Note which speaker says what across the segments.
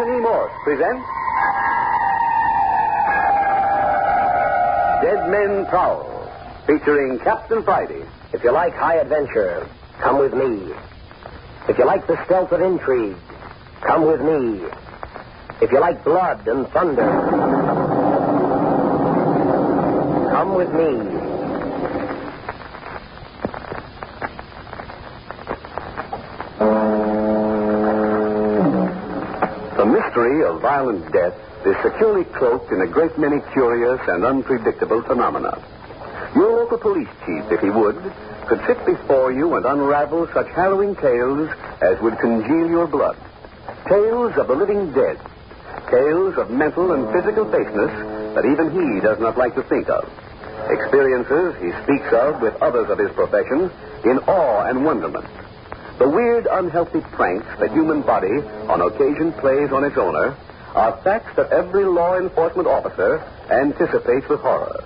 Speaker 1: Force E. presents Dead Men Prowl, featuring Captain Friday.
Speaker 2: If you like high adventure, come with me. If you like the stealth of intrigue, come with me. If you like blood and thunder, come with me.
Speaker 1: The mystery of violent death is securely cloaked in a great many curious and unpredictable phenomena. Your local police chief, if he would, could sit before you and unravel such harrowing tales as would congeal your blood. Tales of the living dead. Tales of mental and physical baseness that even he does not like to think of. Experiences he speaks of with others of his profession in awe and wonderment. The weird, unhealthy pranks the human body on occasion plays on its owner are facts that every law enforcement officer anticipates with horror.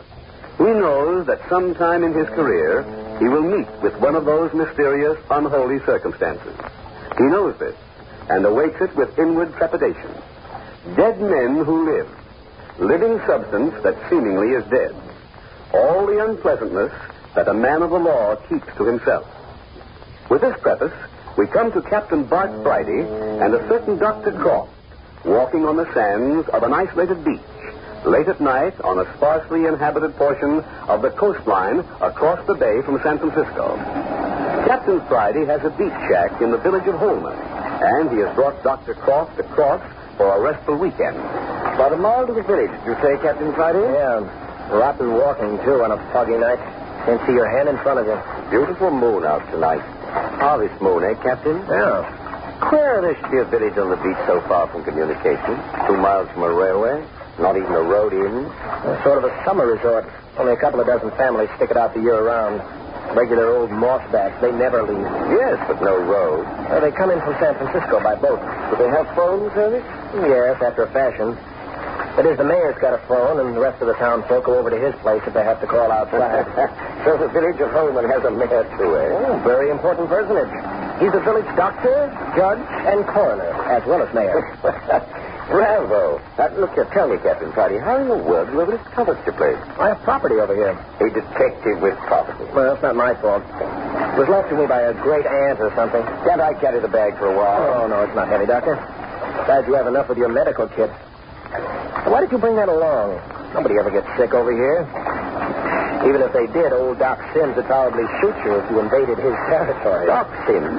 Speaker 1: He knows that sometime in his career he will meet with one of those mysterious, unholy circumstances. He knows this and awaits it with inward trepidation. Dead men who live, living substance that seemingly is dead. All the unpleasantness that a man of the law keeps to himself. With this preface, we come to Captain Bart Friday and a certain Dr. Croft walking on the sands of an isolated beach late at night on a sparsely inhabited portion of the coastline across the bay from San Francisco. Captain Friday has a beach shack in the village of Holman, and he has brought Dr. Croft across for a restful weekend. About a mile to the village, did you say, Captain Friday?
Speaker 2: Yeah, rotten walking, too, on a foggy night. Can't see your hand in front of you.
Speaker 1: Beautiful moon out tonight. Harvest moon, eh, Captain?
Speaker 2: Yeah.
Speaker 1: Queer this to your village on the beach so far from communication. Two miles from a railway. Not even a road in.
Speaker 2: It's sort of a summer resort. Only a couple of dozen families stick it out the year round. Regular old mossbacks. They never leave.
Speaker 1: Yes, but no road.
Speaker 2: Uh, they come in from San Francisco by boat.
Speaker 1: Do they have phone service?
Speaker 2: Yes, after a fashion. That is, the mayor's got a phone, and the rest of the town folk go over to his place if they have to call outside.
Speaker 1: so the village of Holman has a mayor too, eh?
Speaker 2: Oh, very important personage. He's the village doctor, judge, and coroner, as well as mayor.
Speaker 1: Bravo. Now, look here, tell me, Captain Friday, how in the world do you ever discover your place?
Speaker 2: I have property over here.
Speaker 1: A detective with property.
Speaker 2: Well, that's not my fault. It was left to me by a great aunt or something.
Speaker 1: Can't I carry the bag for a while?
Speaker 2: Oh, no, it's not heavy, Doctor. Glad you have enough with your medical kit. Why did you bring that along? Nobody ever gets sick over here. Even if they did, old Doc Sims would probably shoot you if you invaded his territory.
Speaker 1: Doc Sims.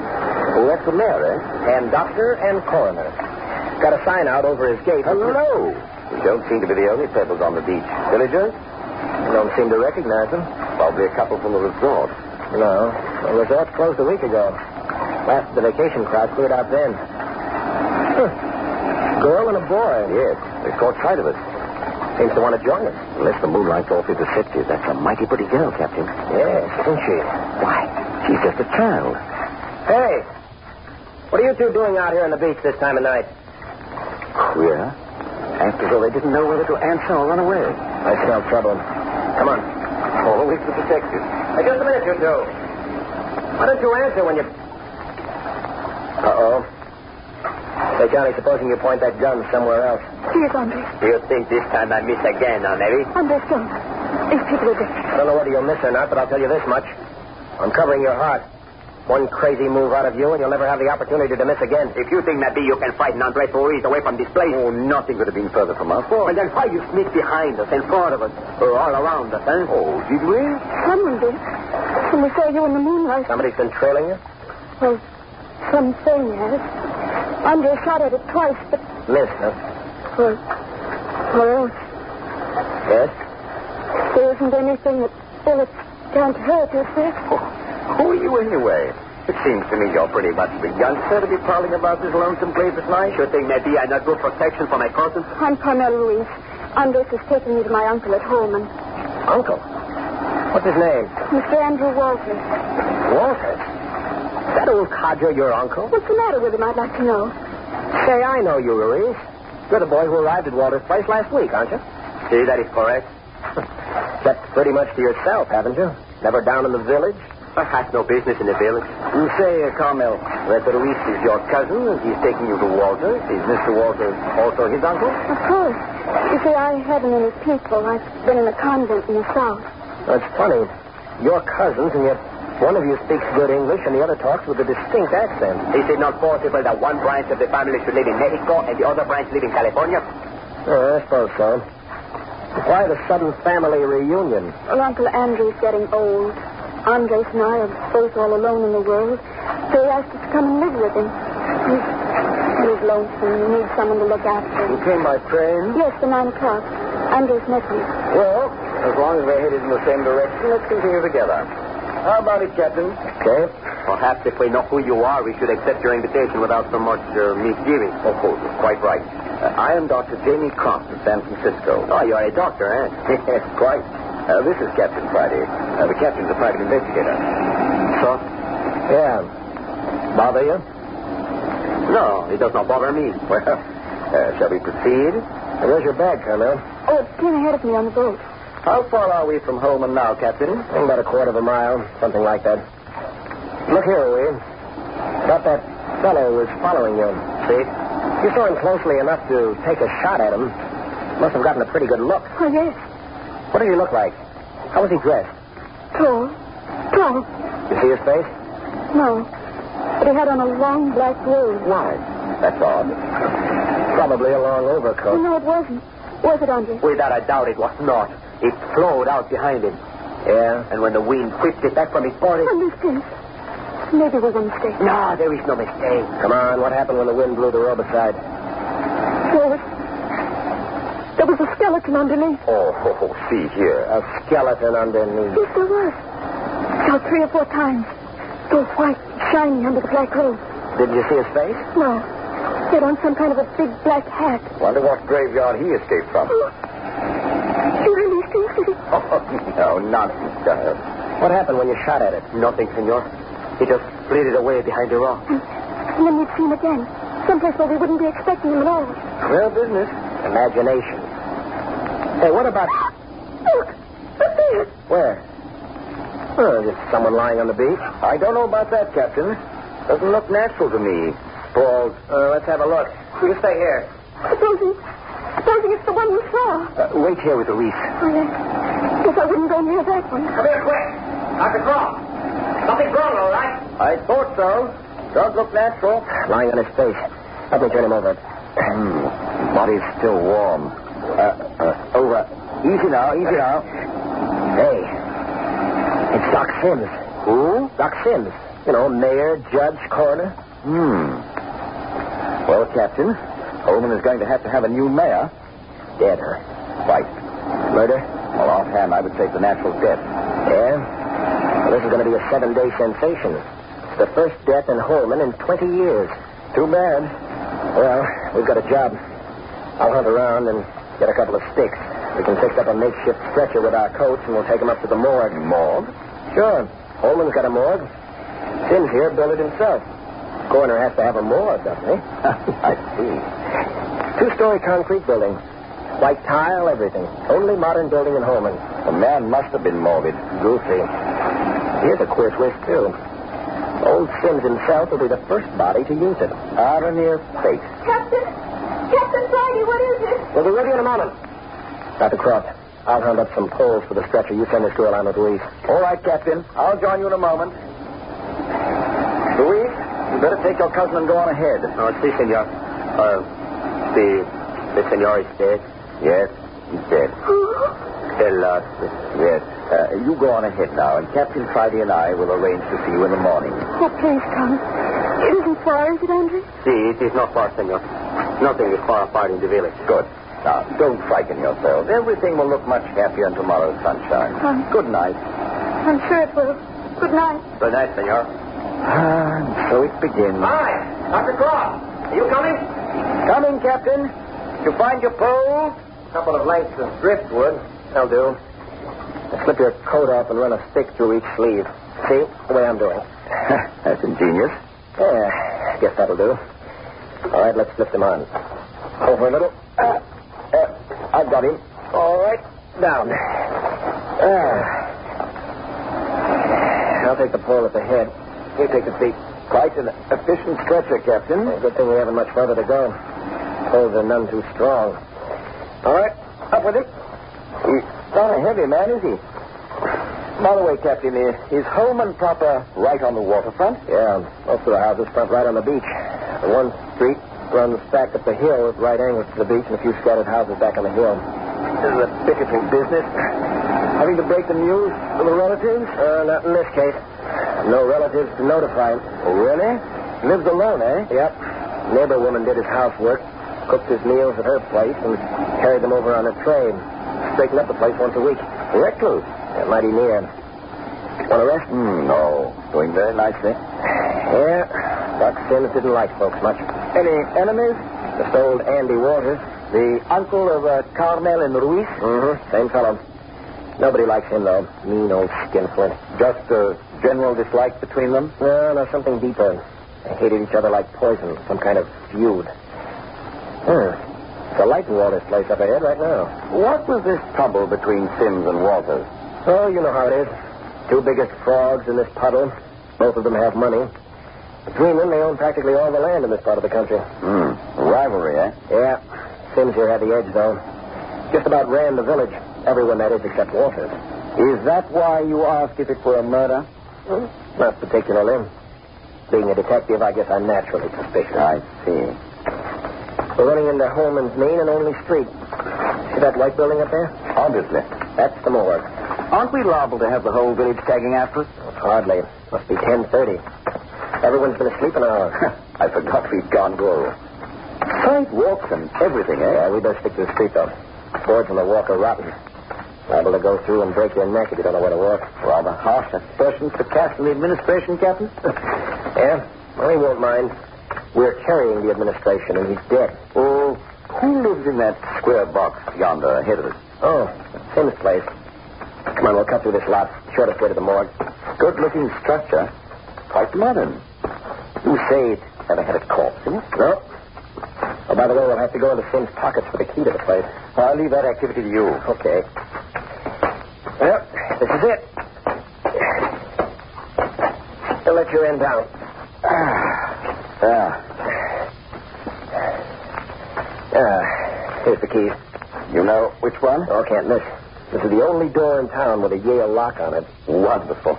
Speaker 2: Oh, that's the mayor, eh? And doctor and coroner. Got a sign out over his gate.
Speaker 1: Hello. You don't seem to be the only pebbles on the beach. Villagers?
Speaker 2: Don't seem to recognize him.
Speaker 1: Probably a couple from the resort.
Speaker 2: No. The resort closed a week ago. Last of the vacation crowd cleared out then. Huh. Girl and a boy.
Speaker 1: Yes, they caught sight of us.
Speaker 2: Seems to want to join us.
Speaker 1: Unless the moonlight's awfully deceptive, that's a mighty pretty girl, Captain.
Speaker 2: Yes, isn't she?
Speaker 1: Why, she's just a child.
Speaker 2: Hey, what are you two doing out here on the beach this time of night?
Speaker 1: Queer. Act as though they didn't know whether to answer or run away.
Speaker 2: I smell trouble. Come on.
Speaker 1: Always the detective.
Speaker 2: Hey, just a minute, you two. Why don't you answer when you... Uh-oh. Hey, Johnny, supposing you point that gun somewhere else.
Speaker 3: Here's Andre.
Speaker 1: Do you think this time I miss again, huh, Mary?
Speaker 3: Andre, don't. These people are dead.
Speaker 2: I don't know whether you'll miss or not, but I'll tell you this much. I'm covering your heart. One crazy move out of you, and you'll never have the opportunity to miss again.
Speaker 4: If you think, Nabi, you can frighten Andre Ruiz away from this place,
Speaker 1: Oh, nothing could have been further from our fault.
Speaker 4: well, then why you sneak behind us, in front of us, or all around us, huh?
Speaker 1: Oh, did we?
Speaker 3: Someone did. When we saw you in the moonlight.
Speaker 2: Somebody's been trailing you?
Speaker 3: Well, something, yes. Andre shot at it twice, but...
Speaker 2: Missed, huh?
Speaker 3: Well, well,
Speaker 2: Yes?
Speaker 3: there isn't anything that bullets can't hurt, is there?
Speaker 1: Oh, who are you anyway? It seems to me you're pretty much the youngster to be prowling about this lonesome place at night.
Speaker 4: You think, Nabi, I not good protection for my cousin?
Speaker 3: I'm Carmel Ruiz. Andres has taken me to my uncle at home, and
Speaker 2: Uncle. What's his name?
Speaker 3: Mr. Andrew Walton.
Speaker 2: Walter. That old codger your uncle?
Speaker 3: What's the matter with him, I'd like to know?
Speaker 2: Say, I know you, Ruiz. You're the boy who arrived at Walter's place last week, aren't you?
Speaker 4: See, that is correct.
Speaker 2: Kept pretty much to yourself, haven't you? Never down in the village?
Speaker 4: I had no business in the village.
Speaker 2: You say, uh, Carmel, that Ruiz is your cousin and he's taking you to Walter. Is Mr. Walter also his uncle?
Speaker 3: Of course. You see, I haven't any people. I've been in a convent in the South.
Speaker 2: That's funny. You're cousins, and yet one of you speaks good English and the other talks with a distinct accent.
Speaker 4: Is it not possible that one branch of the family should live in Mexico and the other branch live in California?
Speaker 2: Oh, I suppose so. Why the sudden family reunion?
Speaker 3: Well, Uncle Andrew's getting old. Andres and I are both all alone in the world. So he asked us to come and live with him. He's, he's lonesome. He needs someone to look after.
Speaker 2: You came by train?
Speaker 3: Yes, for nine o'clock. Andres met me.
Speaker 2: Well, as long as we're headed in the same direction, let's continue together. How about it, Captain? Okay.
Speaker 4: Perhaps if we know who you are, we should accept your invitation without so much uh, misgiving.
Speaker 2: Of course, quite right. Uh, I am Dr. Jamie Crump from San Francisco.
Speaker 4: Oh, you're a doctor, eh?
Speaker 2: Yes, quite. Uh, this is Captain Friday. Uh, the captain's a private investigator.
Speaker 4: So?
Speaker 2: Yeah. Bother you?
Speaker 4: No, it does not bother me.
Speaker 2: Well, uh, shall we proceed? Uh, Where's your bag, Carmel?
Speaker 3: Oh, it's clean ahead of me on the boat.
Speaker 2: How far are we from Holman now, Captain? About a quarter of a mile, something like that. Look here, Will. About that fellow who was following you. See? You saw him closely enough to take a shot at him. Must have gotten a pretty good look.
Speaker 3: Oh, yes.
Speaker 2: What did he look like? How was he dressed?
Speaker 3: Tall. Tall.
Speaker 2: You see his face?
Speaker 3: No. But he had on a long black robe.
Speaker 2: Why? That's odd. Probably a long overcoat.
Speaker 3: No, it wasn't. Was it, Andre?
Speaker 4: Without a doubt, it was not. It flowed out behind him.
Speaker 2: Yeah?
Speaker 4: And when the wind whipped it back from his body.
Speaker 3: A mistake. Maybe it was a mistake.
Speaker 4: No, there is no mistake.
Speaker 2: Come on, what happened when the wind blew the robe aside?
Speaker 3: There was, there was a skeleton underneath.
Speaker 2: Oh, oh, oh, see here. A skeleton underneath.
Speaker 3: Yes, there was. Fell three or four times. So white, shiny under the black robe.
Speaker 2: Did you see his face?
Speaker 3: No. He had on some kind of a big black hat.
Speaker 2: Wonder what graveyard he escaped from.
Speaker 3: Oh. You really think that he...
Speaker 2: Oh, no, nonsense, child. What happened when you shot at it?
Speaker 4: Nothing, senor. He just flitted away behind a rock.
Speaker 3: And then we'd see him again. Someplace where we wouldn't be expecting him at all.
Speaker 2: Real business. Imagination. Hey, what about...
Speaker 3: Look! Up there!
Speaker 2: Where? Well, just someone lying on the beach. I don't know about that, Captain. Doesn't look natural to me. Paul, uh, let's have a look. You stay here.
Speaker 3: Supposing... Supposing it's the one we saw.
Speaker 2: Uh, wait here with Elise.
Speaker 3: Oh, yes. Guess I wouldn't go near that one.
Speaker 4: Come here quick. Dr. Croft. Something's wrong, all right?
Speaker 2: I thought so. Does look natural. Lying on his face. Let me turn him over. Hmm. Body's still warm. Uh, uh, over. Easy now, easy now. Hey. It's Doc Sims.
Speaker 4: Who?
Speaker 2: Doc Sims. You know, mayor, judge, coroner.
Speaker 1: Hmm.
Speaker 2: Well, Captain, Holman is going to have to have a new mayor. Dead, huh? Right. Murder? Well, offhand, I would say it's a natural death. Yeah? Well, this is going to be a seven day sensation. It's the first death in Holman in 20 years. Too bad. Well, we've got a job. I'll hunt around and get a couple of sticks. We can fix up a makeshift stretcher with our coats and we'll take him up to the morgue.
Speaker 1: Morgue?
Speaker 2: Sure. Holman's got a morgue. Sims here built it himself. Coroner has to have a morgue, doesn't he? I see. Two story concrete building. White tile, everything. Only modern building in Holman.
Speaker 1: The man must have been morbid.
Speaker 2: Goofy. Here's a queer twist, too. Old Sims himself will be the first body to use it. Irony of fate.
Speaker 3: Captain! Captain Friday, what is it?
Speaker 2: We'll be ready in a moment. Dr. Croft, I'll hunt up some poles for the stretcher. You send this girl on with Louise.
Speaker 4: All right, Captain. I'll join you in a moment.
Speaker 2: Louise, you better take your cousin and go on ahead.
Speaker 4: Oh, si, senor. Uh, the, the senor is dead.
Speaker 1: Yes, he's dead.
Speaker 3: Oh,
Speaker 4: El, uh,
Speaker 1: Yes. Uh, you go on ahead now, and Captain Friday and I will arrange to see you in the morning.
Speaker 3: Oh, please come. It isn't far, is it, Andre?
Speaker 4: si, it is not far, senor. Nothing is far apart in the village.
Speaker 1: Good. Now, don't frighten yourselves. Everything will look much happier in tomorrow's sunshine.
Speaker 3: Huh.
Speaker 1: Good night.
Speaker 3: I'm sure it will. Good night.
Speaker 4: Good night, senor.
Speaker 1: Ah, and so it begins.
Speaker 4: Hi, Dr. Croft. Are you coming?
Speaker 2: Coming, Captain. You find your poles? A couple of lengths of driftwood. That'll do. Slip your coat off and run a stick through each sleeve. See? The way I'm doing.
Speaker 1: That's ingenious.
Speaker 2: Yeah, guess that'll do. All right, let's lift him on. Over a little. Uh, uh, I've got him. All right, down. Ah. I'll take the pole at the head. You take the feet.
Speaker 1: Quite an efficient stretcher, Captain.
Speaker 2: Well, good thing we haven't much further to go. Poles are none too strong. All right, up with it. He's not a heavy man, is he?
Speaker 1: By the way, Captain, is home and proper right on the waterfront?
Speaker 2: Yeah, most of the houses front right on the beach. One street runs back up the hill at right angles to the beach, and a few scattered houses back on the hill.
Speaker 1: This is a picketing business. Having to break the news to the relatives?
Speaker 2: Uh, not in this case. No relatives to notify him.
Speaker 1: Really? Lives alone, eh?
Speaker 2: Yep. Neighbor woman did his housework, cooked his meals at her place, and carried them over on a train. Straightened up the place once a week.
Speaker 1: Recluse?
Speaker 2: Yeah, mighty near. Want a rest?
Speaker 1: Mm, no. Doing very nicely.
Speaker 2: Yeah. Doc Sims didn't like folks much.
Speaker 1: Any enemies?
Speaker 2: Just old Andy Walters.
Speaker 1: The uncle of uh, Carmel and Ruiz?
Speaker 2: Mm-hmm. Same fellow. Nobody likes him, though. Mean old skinflint.
Speaker 1: Just a general dislike between them?
Speaker 2: No, no, something deeper. They hated each other like poison, some kind of feud. Hmm. It's a light in Walter's place up ahead right now.
Speaker 1: What was this trouble between Sims and Walters?
Speaker 2: Oh, you know how it is. Two biggest frogs in this puddle. Both of them have money. Between them, they own practically all the land in this part of the country.
Speaker 1: Hmm. Rivalry, eh?
Speaker 2: Yeah. Sims here had the edge, though. Just about ran the village. Everyone, that is, except Walters.
Speaker 1: Is that why you asked if it were a murder?
Speaker 2: Hmm? Not particularly. Being a detective, I guess I'm naturally suspicious.
Speaker 1: I see.
Speaker 2: We're running into Holman's main and only street. See that white building up there?
Speaker 1: Obviously.
Speaker 2: That's the morgue.
Speaker 1: Aren't we liable to have the whole village tagging after us?
Speaker 2: Hardly. Must be 10.30. Everyone's been asleep an hour.
Speaker 1: I forgot we'd gone rural. Tight walks and everything, eh?
Speaker 2: yeah, we better stick to the street, though. Boards on the walk are rotten. Liable to go through and break your neck if you don't know where to walk.
Speaker 1: Rather harsh aspersions to cast on the administration, Captain.
Speaker 2: Yeah? Well, he won't mind. We're carrying the administration, and he's dead.
Speaker 1: oh, who lives in that square box yonder ahead of us?
Speaker 2: Oh, Tim's place. Come on, we'll cut through this lot. Shortest way to the morgue.
Speaker 1: Good-looking structure. Quite modern.
Speaker 2: You say it.
Speaker 1: Never had a corpse in it.
Speaker 2: No. Oh, by the way, we'll have to go into Sim's pockets for the key to the place.
Speaker 1: I'll leave that activity to you.
Speaker 2: Okay. Well, this is it. I'll let your end down.
Speaker 1: Ah,
Speaker 2: Ah, here's the key.
Speaker 1: you know which one?
Speaker 2: Oh, can't miss. This is the only door in town with a Yale lock on it.
Speaker 1: Wonderful.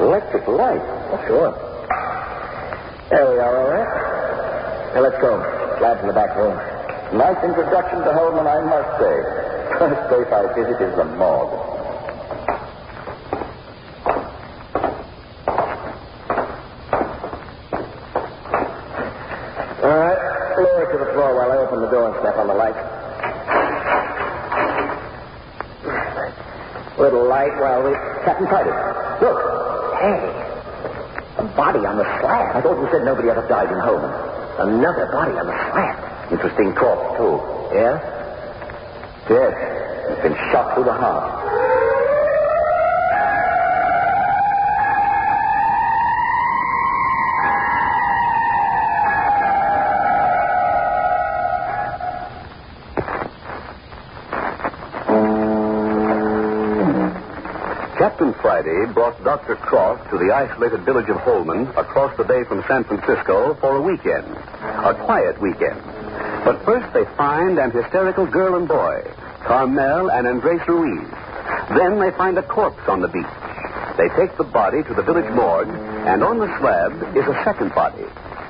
Speaker 1: Electric light.
Speaker 2: Oh, sure. There we are, all right. Now let's go. Lab's in the back room.
Speaker 1: Nice introduction to Holman, I must say. First place I visit is the morgue.
Speaker 2: All right. Lower it to the floor while I open the door and snap on the light. Little light while we. Captain Titus, look. Hey. A body on the slab.
Speaker 1: I thought you said nobody ever died in Holman.
Speaker 2: Another body on the slab.
Speaker 1: Interesting corpse, too.
Speaker 2: Yeah?
Speaker 1: Yes, he's been shot through the heart. Captain Friday brought Dr. Croft to the isolated village of Holman across the bay from San Francisco for a weekend, a quiet weekend. But first they find an hysterical girl and boy, Carmel and Andres Ruiz. Then they find a corpse on the beach. They take the body to the village morgue, and on the slab is a second body,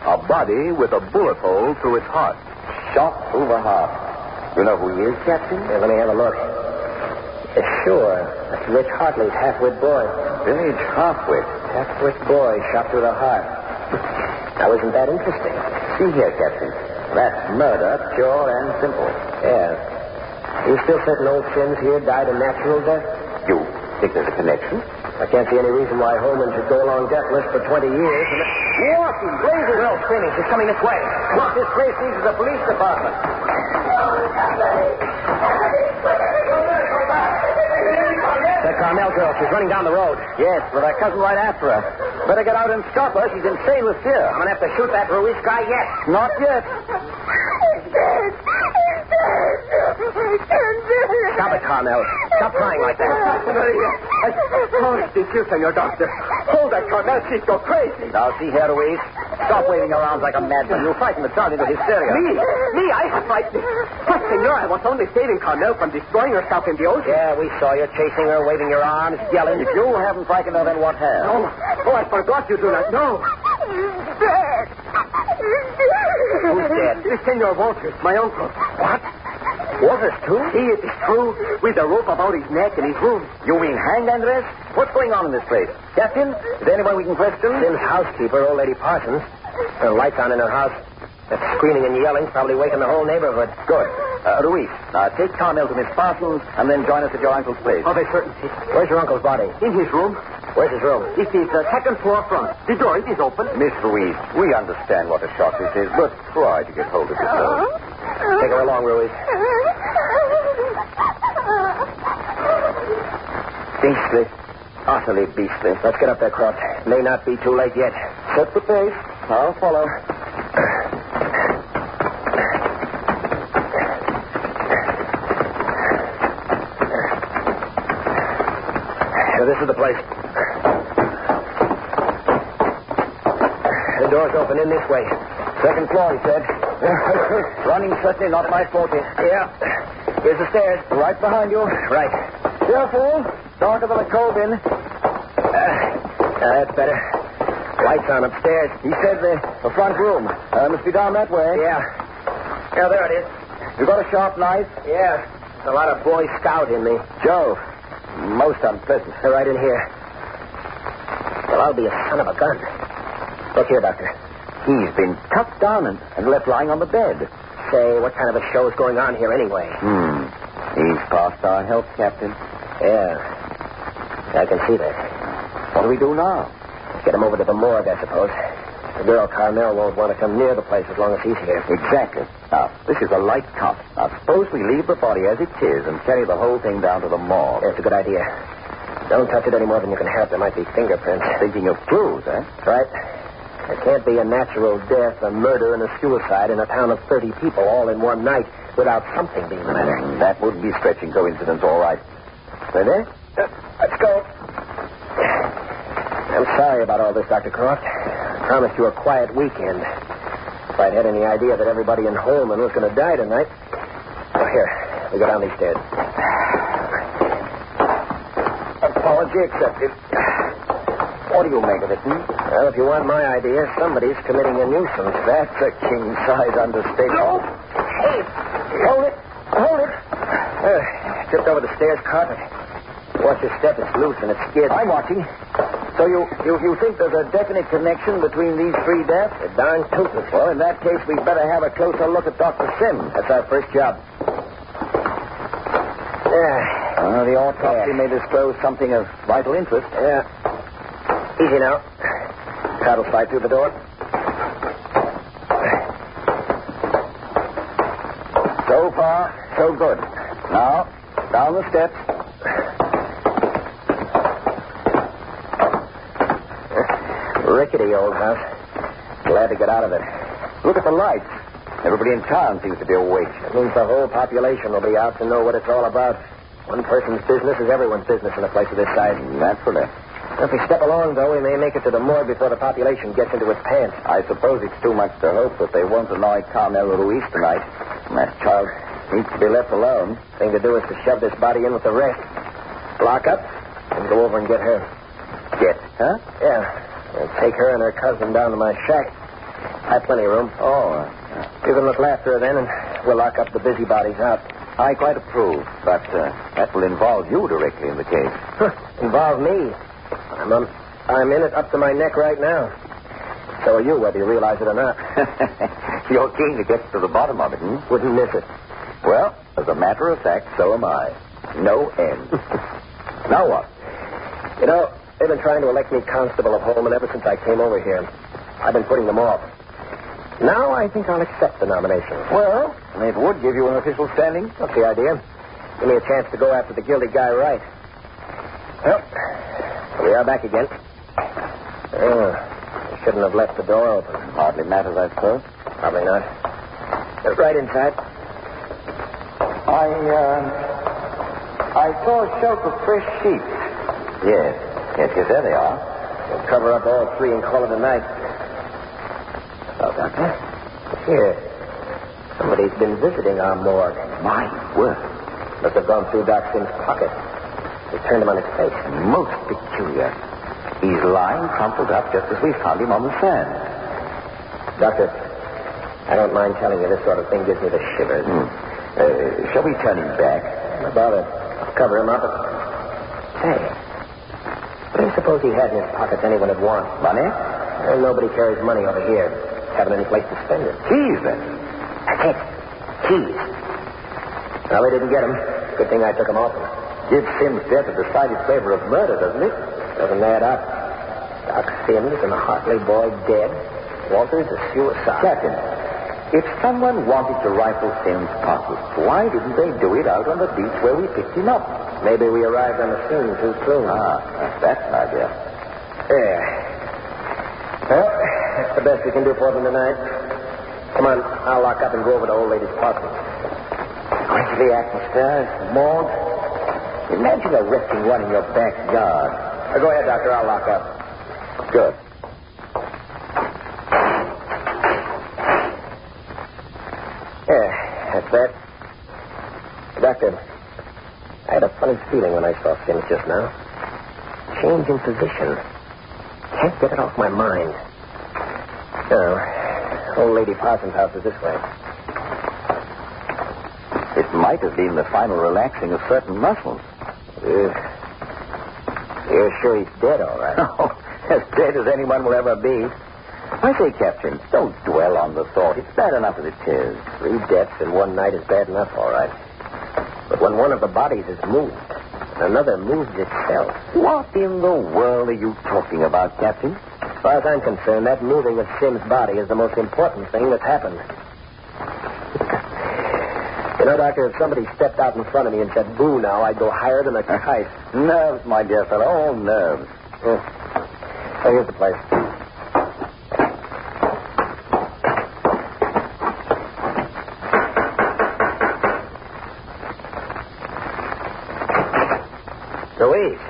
Speaker 1: a body with a bullet hole through its heart.
Speaker 4: Shot through the heart. You know who he is, Captain?
Speaker 2: Here, let me have a look. Yeah, sure. That's Rich Hartley's half-wit boy.
Speaker 4: Village halfway.
Speaker 2: Half-wit boy shot through the heart. Now, isn't that interesting?
Speaker 4: See here, Captain. That's murder, pure and simple.
Speaker 2: Yeah. You still certain old Sims here died a natural death?
Speaker 4: You think there's a connection?
Speaker 2: I can't see any reason why Holman should go along deathless for 20 years. And... Walking, blazing girl screaming. She's coming this way. Come on, this place leads to the police department. That Carmel girl, she's running down the road.
Speaker 4: Yes, but I cousin right after her. Better get out and stop her. She's insane with fear.
Speaker 2: I'm going to have to shoot that Ruiz guy yet.
Speaker 4: Not yet.
Speaker 2: Stop Father Carmel. Stop crying like that.
Speaker 4: Honest, it's you, Senor Doctor. Hold that Carmel. She's go crazy.
Speaker 2: Now, see here, Louise. Stop waving your arms like a madman. You'll frighten the child into hysteria.
Speaker 4: Me? Me? I have frightened. But, Senor, I was only saving Carmel from destroying herself in the ocean.
Speaker 2: Yeah, we saw you chasing her, waving your arms, yelling. If you haven't frightened her, then what has?
Speaker 4: Oh, oh, I forgot you do not know.
Speaker 2: Who's dead?
Speaker 4: This Senor Walters, my uncle. What?
Speaker 2: Waters, too?
Speaker 4: He, it is true, with a rope about his neck in his room.
Speaker 2: You mean hanged, Andres? What's going on in this place? Captain, is there anyone we can question? Sim's housekeeper, old lady Parsons. Her lights on in her house. That screaming and yelling probably waking the whole neighborhood. Good. Uh, Ruiz, uh, take Carmel to Miss Parsons and then join us at your uncle's place.
Speaker 4: Of a certainty.
Speaker 2: Where's your uncle's body?
Speaker 4: In his room,
Speaker 2: Where's his room?
Speaker 4: it is the second floor front. The door Oh, it is open.
Speaker 1: Miss Louise, we understand what a shock this is, but try to get hold of yourself.
Speaker 4: Uh-huh.
Speaker 2: Take her along, Ruiz. Beastly. Utterly beastly. Let's get up there, Croft. May not be too late yet. Set the pace. I'll follow. So this is the place. The door's open in this way. Second floor, he said. Running certainly not my forte. Yeah. Here's the stairs. Right behind you. Right. Careful. Darker than a cove in. that's better. Lights on upstairs. He said the, the front room. Uh, must be down that way. Yeah. Yeah, there it is. You got a sharp knife? Yeah. A lot of boy scout in me. Joe. Most unpleasant. They're right in here. Well, I'll be a son of a gun. Look here, Doctor. He's been tucked down and, and left lying on the bed. Say, what kind of a show's going on here anyway?
Speaker 1: Hmm. He's past our help, Captain.
Speaker 2: Yeah. I can see that. What do we do now? Get him over to the morgue, I suppose. The girl Carmel won't want to come near the place as long as he's here.
Speaker 1: Exactly. Now, this is a light cop. Now, suppose we leave the body as it is and carry the whole thing down to the morgue.
Speaker 2: That's a good idea. Don't touch it any more than you can help. There might be fingerprints.
Speaker 1: Thinking of clues, eh?
Speaker 2: Right. There can't be a natural death, a murder, and a suicide in a town of 30 people all in one night without something being the matter.
Speaker 1: That would be stretching coincidence, all right.
Speaker 2: Ready? Let's go. I'm sorry about all this, Dr. Croft. I promised you a quiet weekend. If I'd had any idea that everybody in Holman was going to die tonight. Oh, here. We go down these stairs. Apology accepted.
Speaker 1: What do you make of it, hmm?
Speaker 2: Well, if you want my idea, somebody's committing a nuisance. That's a king size understatement. No! Hey! Hold it! Hold it! Uh, tripped over the stairs carpet. Watch your step, it's loose and it's scared. I'm watching. So you, you, you think there's a definite connection between these three deaths? A darn tootless. Well, in that case, we'd better have a closer look at Dr. Sim. That's our first job. Yeah.
Speaker 1: Uh, the autopsy
Speaker 2: Yeah.
Speaker 1: may disclose something of vital interest.
Speaker 2: Yeah. Easy now. Cat will slide through the door. So far, so good. Now, down the steps. Rickety old house. Glad to get out of it.
Speaker 1: Look at the lights. Everybody in town seems to be awake.
Speaker 2: It means the whole population will be out to know what it's all about. One person's business is everyone's business in a place of this size.
Speaker 1: Naturally.
Speaker 2: If we step along, though, we may make it to the morgue before the population gets into its pants.
Speaker 1: I suppose it's too much to hope that they won't annoy Carmel Ruiz tonight. And that child needs to be left alone.
Speaker 2: Thing to do is to shove this body in with the rest. Lock up and go over and get her.
Speaker 1: Get, huh?
Speaker 2: Yeah. And take her and her cousin down to my shack. I have plenty of room.
Speaker 1: Oh, uh,
Speaker 2: You can look after her then, and we'll lock up the busybodies out.
Speaker 1: I quite approve, but uh, that will involve you directly in the case.
Speaker 2: Huh, Involve me. I'm, um, I'm in it up to my neck right now. So are you, whether you realize it or not.
Speaker 1: You're keen to get to the bottom of it, hmm?
Speaker 2: Wouldn't miss it.
Speaker 1: Well, as a matter of fact, so am I. No end. now what?
Speaker 2: You know, they've been trying to elect me constable of Holman ever since I came over here. I've been putting them off. Now I think I'll accept the nomination.
Speaker 1: Well, it would give you an official standing.
Speaker 2: That's the idea. Give me a chance to go after the guilty guy right. Well, here we are back again. Oh, I shouldn't have left the door open.
Speaker 1: Hardly matters, I suppose.
Speaker 2: Probably not. Get right inside.
Speaker 1: I, uh, um, I saw a shelf of fresh sheets.
Speaker 2: Yes. Yes, yes, there they are. We'll cover up all three and call it a night. Well, Oh, Doctor, here. Somebody's been visiting our morgue.
Speaker 1: My word.
Speaker 2: Must have gone through Doc Sim's pocket. They turned him on its face.
Speaker 1: Most peculiar. He's lying crumpled up just as we found him on the sand.
Speaker 2: Doctor, I don't mind telling you this sort of thing gives me the shivers.
Speaker 1: Hmm. Uh, shall we turn him back?
Speaker 2: How about it? I'll cover him up. Say, what do you suppose he had in his pockets anyone would want?
Speaker 1: Money?
Speaker 2: Well, nobody carries money over here. Haven't any place to spend it.
Speaker 1: Keys, then.
Speaker 2: That's it. Keys. Well, they didn't get him. Good thing I took him off him.
Speaker 1: Gives Sim's death a decided flavor of murder, doesn't it?
Speaker 2: Doesn't add up. Doc Sims and the Hartley boy dead. Walter's a suicide.
Speaker 1: Second, if someone wanted to rifle Sim's pockets, why didn't they do it out on the beach where we picked him up?
Speaker 2: Maybe we arrived on the scene too soon. Eh,
Speaker 1: Ah, that's an idea.
Speaker 2: There. Well, that's the best we can do for them tonight. Come on, I'll lock up and go over to old lady's apartment. Into the atmosphere, morgue. Imagine arresting one in your backyard. Uh, go ahead, Doctor. I'll lock up. Good. Yeah, that's that. Doctor, I had a funny feeling when I saw Sims just now. Change in position. Can't get it off my mind. No, old lady Parsons' house is this way.
Speaker 1: It might have been the final relaxing of certain muscles.
Speaker 2: Ugh. You're sure he's dead, all right?
Speaker 1: Oh, as dead as anyone will ever be. I say, Captain, don't dwell on the thought. It's bad enough as it is.
Speaker 2: Three deaths in one night is bad enough, all right. But when one of the bodies is moved, and another moves itself,
Speaker 1: What in the world are you talking about, Captain?
Speaker 2: as far as I'm concerned, that moving of Sim's body is the most important thing that's happened. you know, Doctor, if somebody stepped out in front of me and said boo now, I'd go higher than a kite.
Speaker 1: Nerves, my dear fellow, all nerves.
Speaker 2: Yeah. Oh, here's the place. Louise,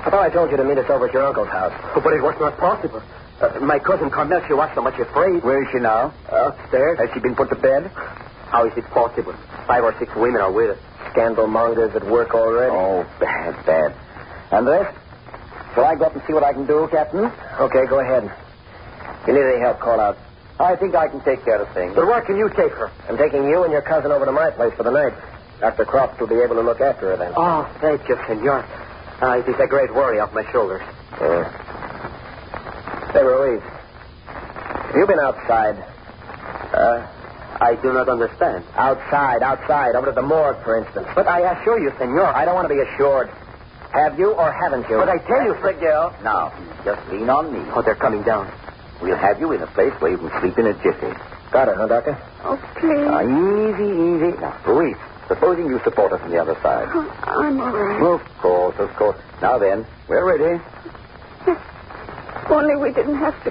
Speaker 2: I thought I told you to meet us over at your uncle's house.
Speaker 4: But it was not possible. Uh, my cousin Carmel, she was so much afraid.
Speaker 1: Where is she now?
Speaker 4: Upstairs?
Speaker 1: Has she been put to bed?
Speaker 4: How is it possible? Five or six women are with us.
Speaker 2: Scandal mongers at work already.
Speaker 1: Oh, bad, bad. Andres, shall I go up and see what I can do, Captain?
Speaker 2: Okay, go ahead. If you need any help, call out.
Speaker 1: I think I can take care of things.
Speaker 4: But where can you take her?
Speaker 2: I'm taking you and your cousin over to my place for the night. Dr. Croft will be able to look after her then.
Speaker 4: Oh, thank you, senor. Uh, it is a great worry off my shoulders.
Speaker 2: Yeah. Hey, Ruiz. Have you been outside?
Speaker 4: Uh, I do not understand.
Speaker 2: Outside, outside, over to the morgue, for instance.
Speaker 4: But I assure you, senor.
Speaker 2: I don't want to be assured. Have you or haven't you?
Speaker 4: But I tell you, senor.
Speaker 1: Now, just lean on me.
Speaker 4: Oh, they're coming down.
Speaker 1: We'll have you in a place where you can sleep in a jiffy.
Speaker 2: Got it, huh, Doctor?
Speaker 3: Oh, please.
Speaker 1: Now, easy, easy. Now, Ruiz, supposing you support us on the other side.
Speaker 3: Oh, I'm all right.
Speaker 1: Of course, of course. Now then, we're ready.
Speaker 3: If only we didn't have to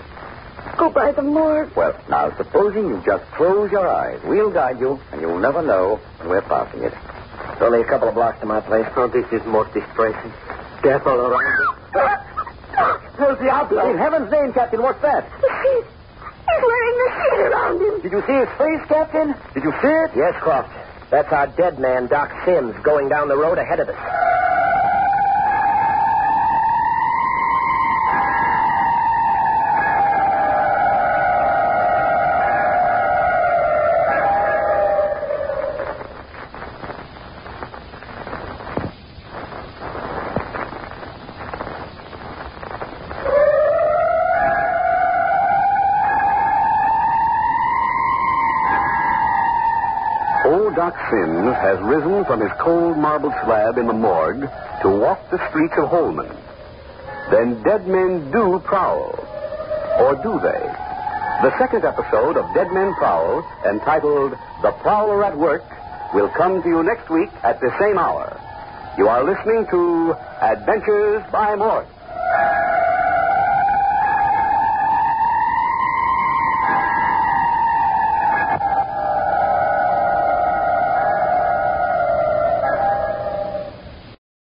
Speaker 3: go by the morgue.
Speaker 1: Well, now, supposing you just close your eyes. We'll guide you, and you'll never know when we're passing it.
Speaker 2: It's only a couple of blocks to my place.
Speaker 4: Oh, this is more distressing. Death all around us. El
Speaker 1: In
Speaker 4: Diablo!
Speaker 1: heaven's name, Captain, what's that?
Speaker 3: He's, he's wearing the sheet around him.
Speaker 1: Did you see his face, Captain? Did you see it?
Speaker 2: Yes, Croft. That's our dead man, Doc Sims, going down the road ahead of us.
Speaker 1: Old Doc Sims has risen from his cold marble slab in the morgue to walk the streets of Holman. Then dead men do prowl. Or do they? The second episode of Dead Men Prowl, entitled The Prowler at Work, will come to you next week at the same hour. You are listening to Adventures by Mort.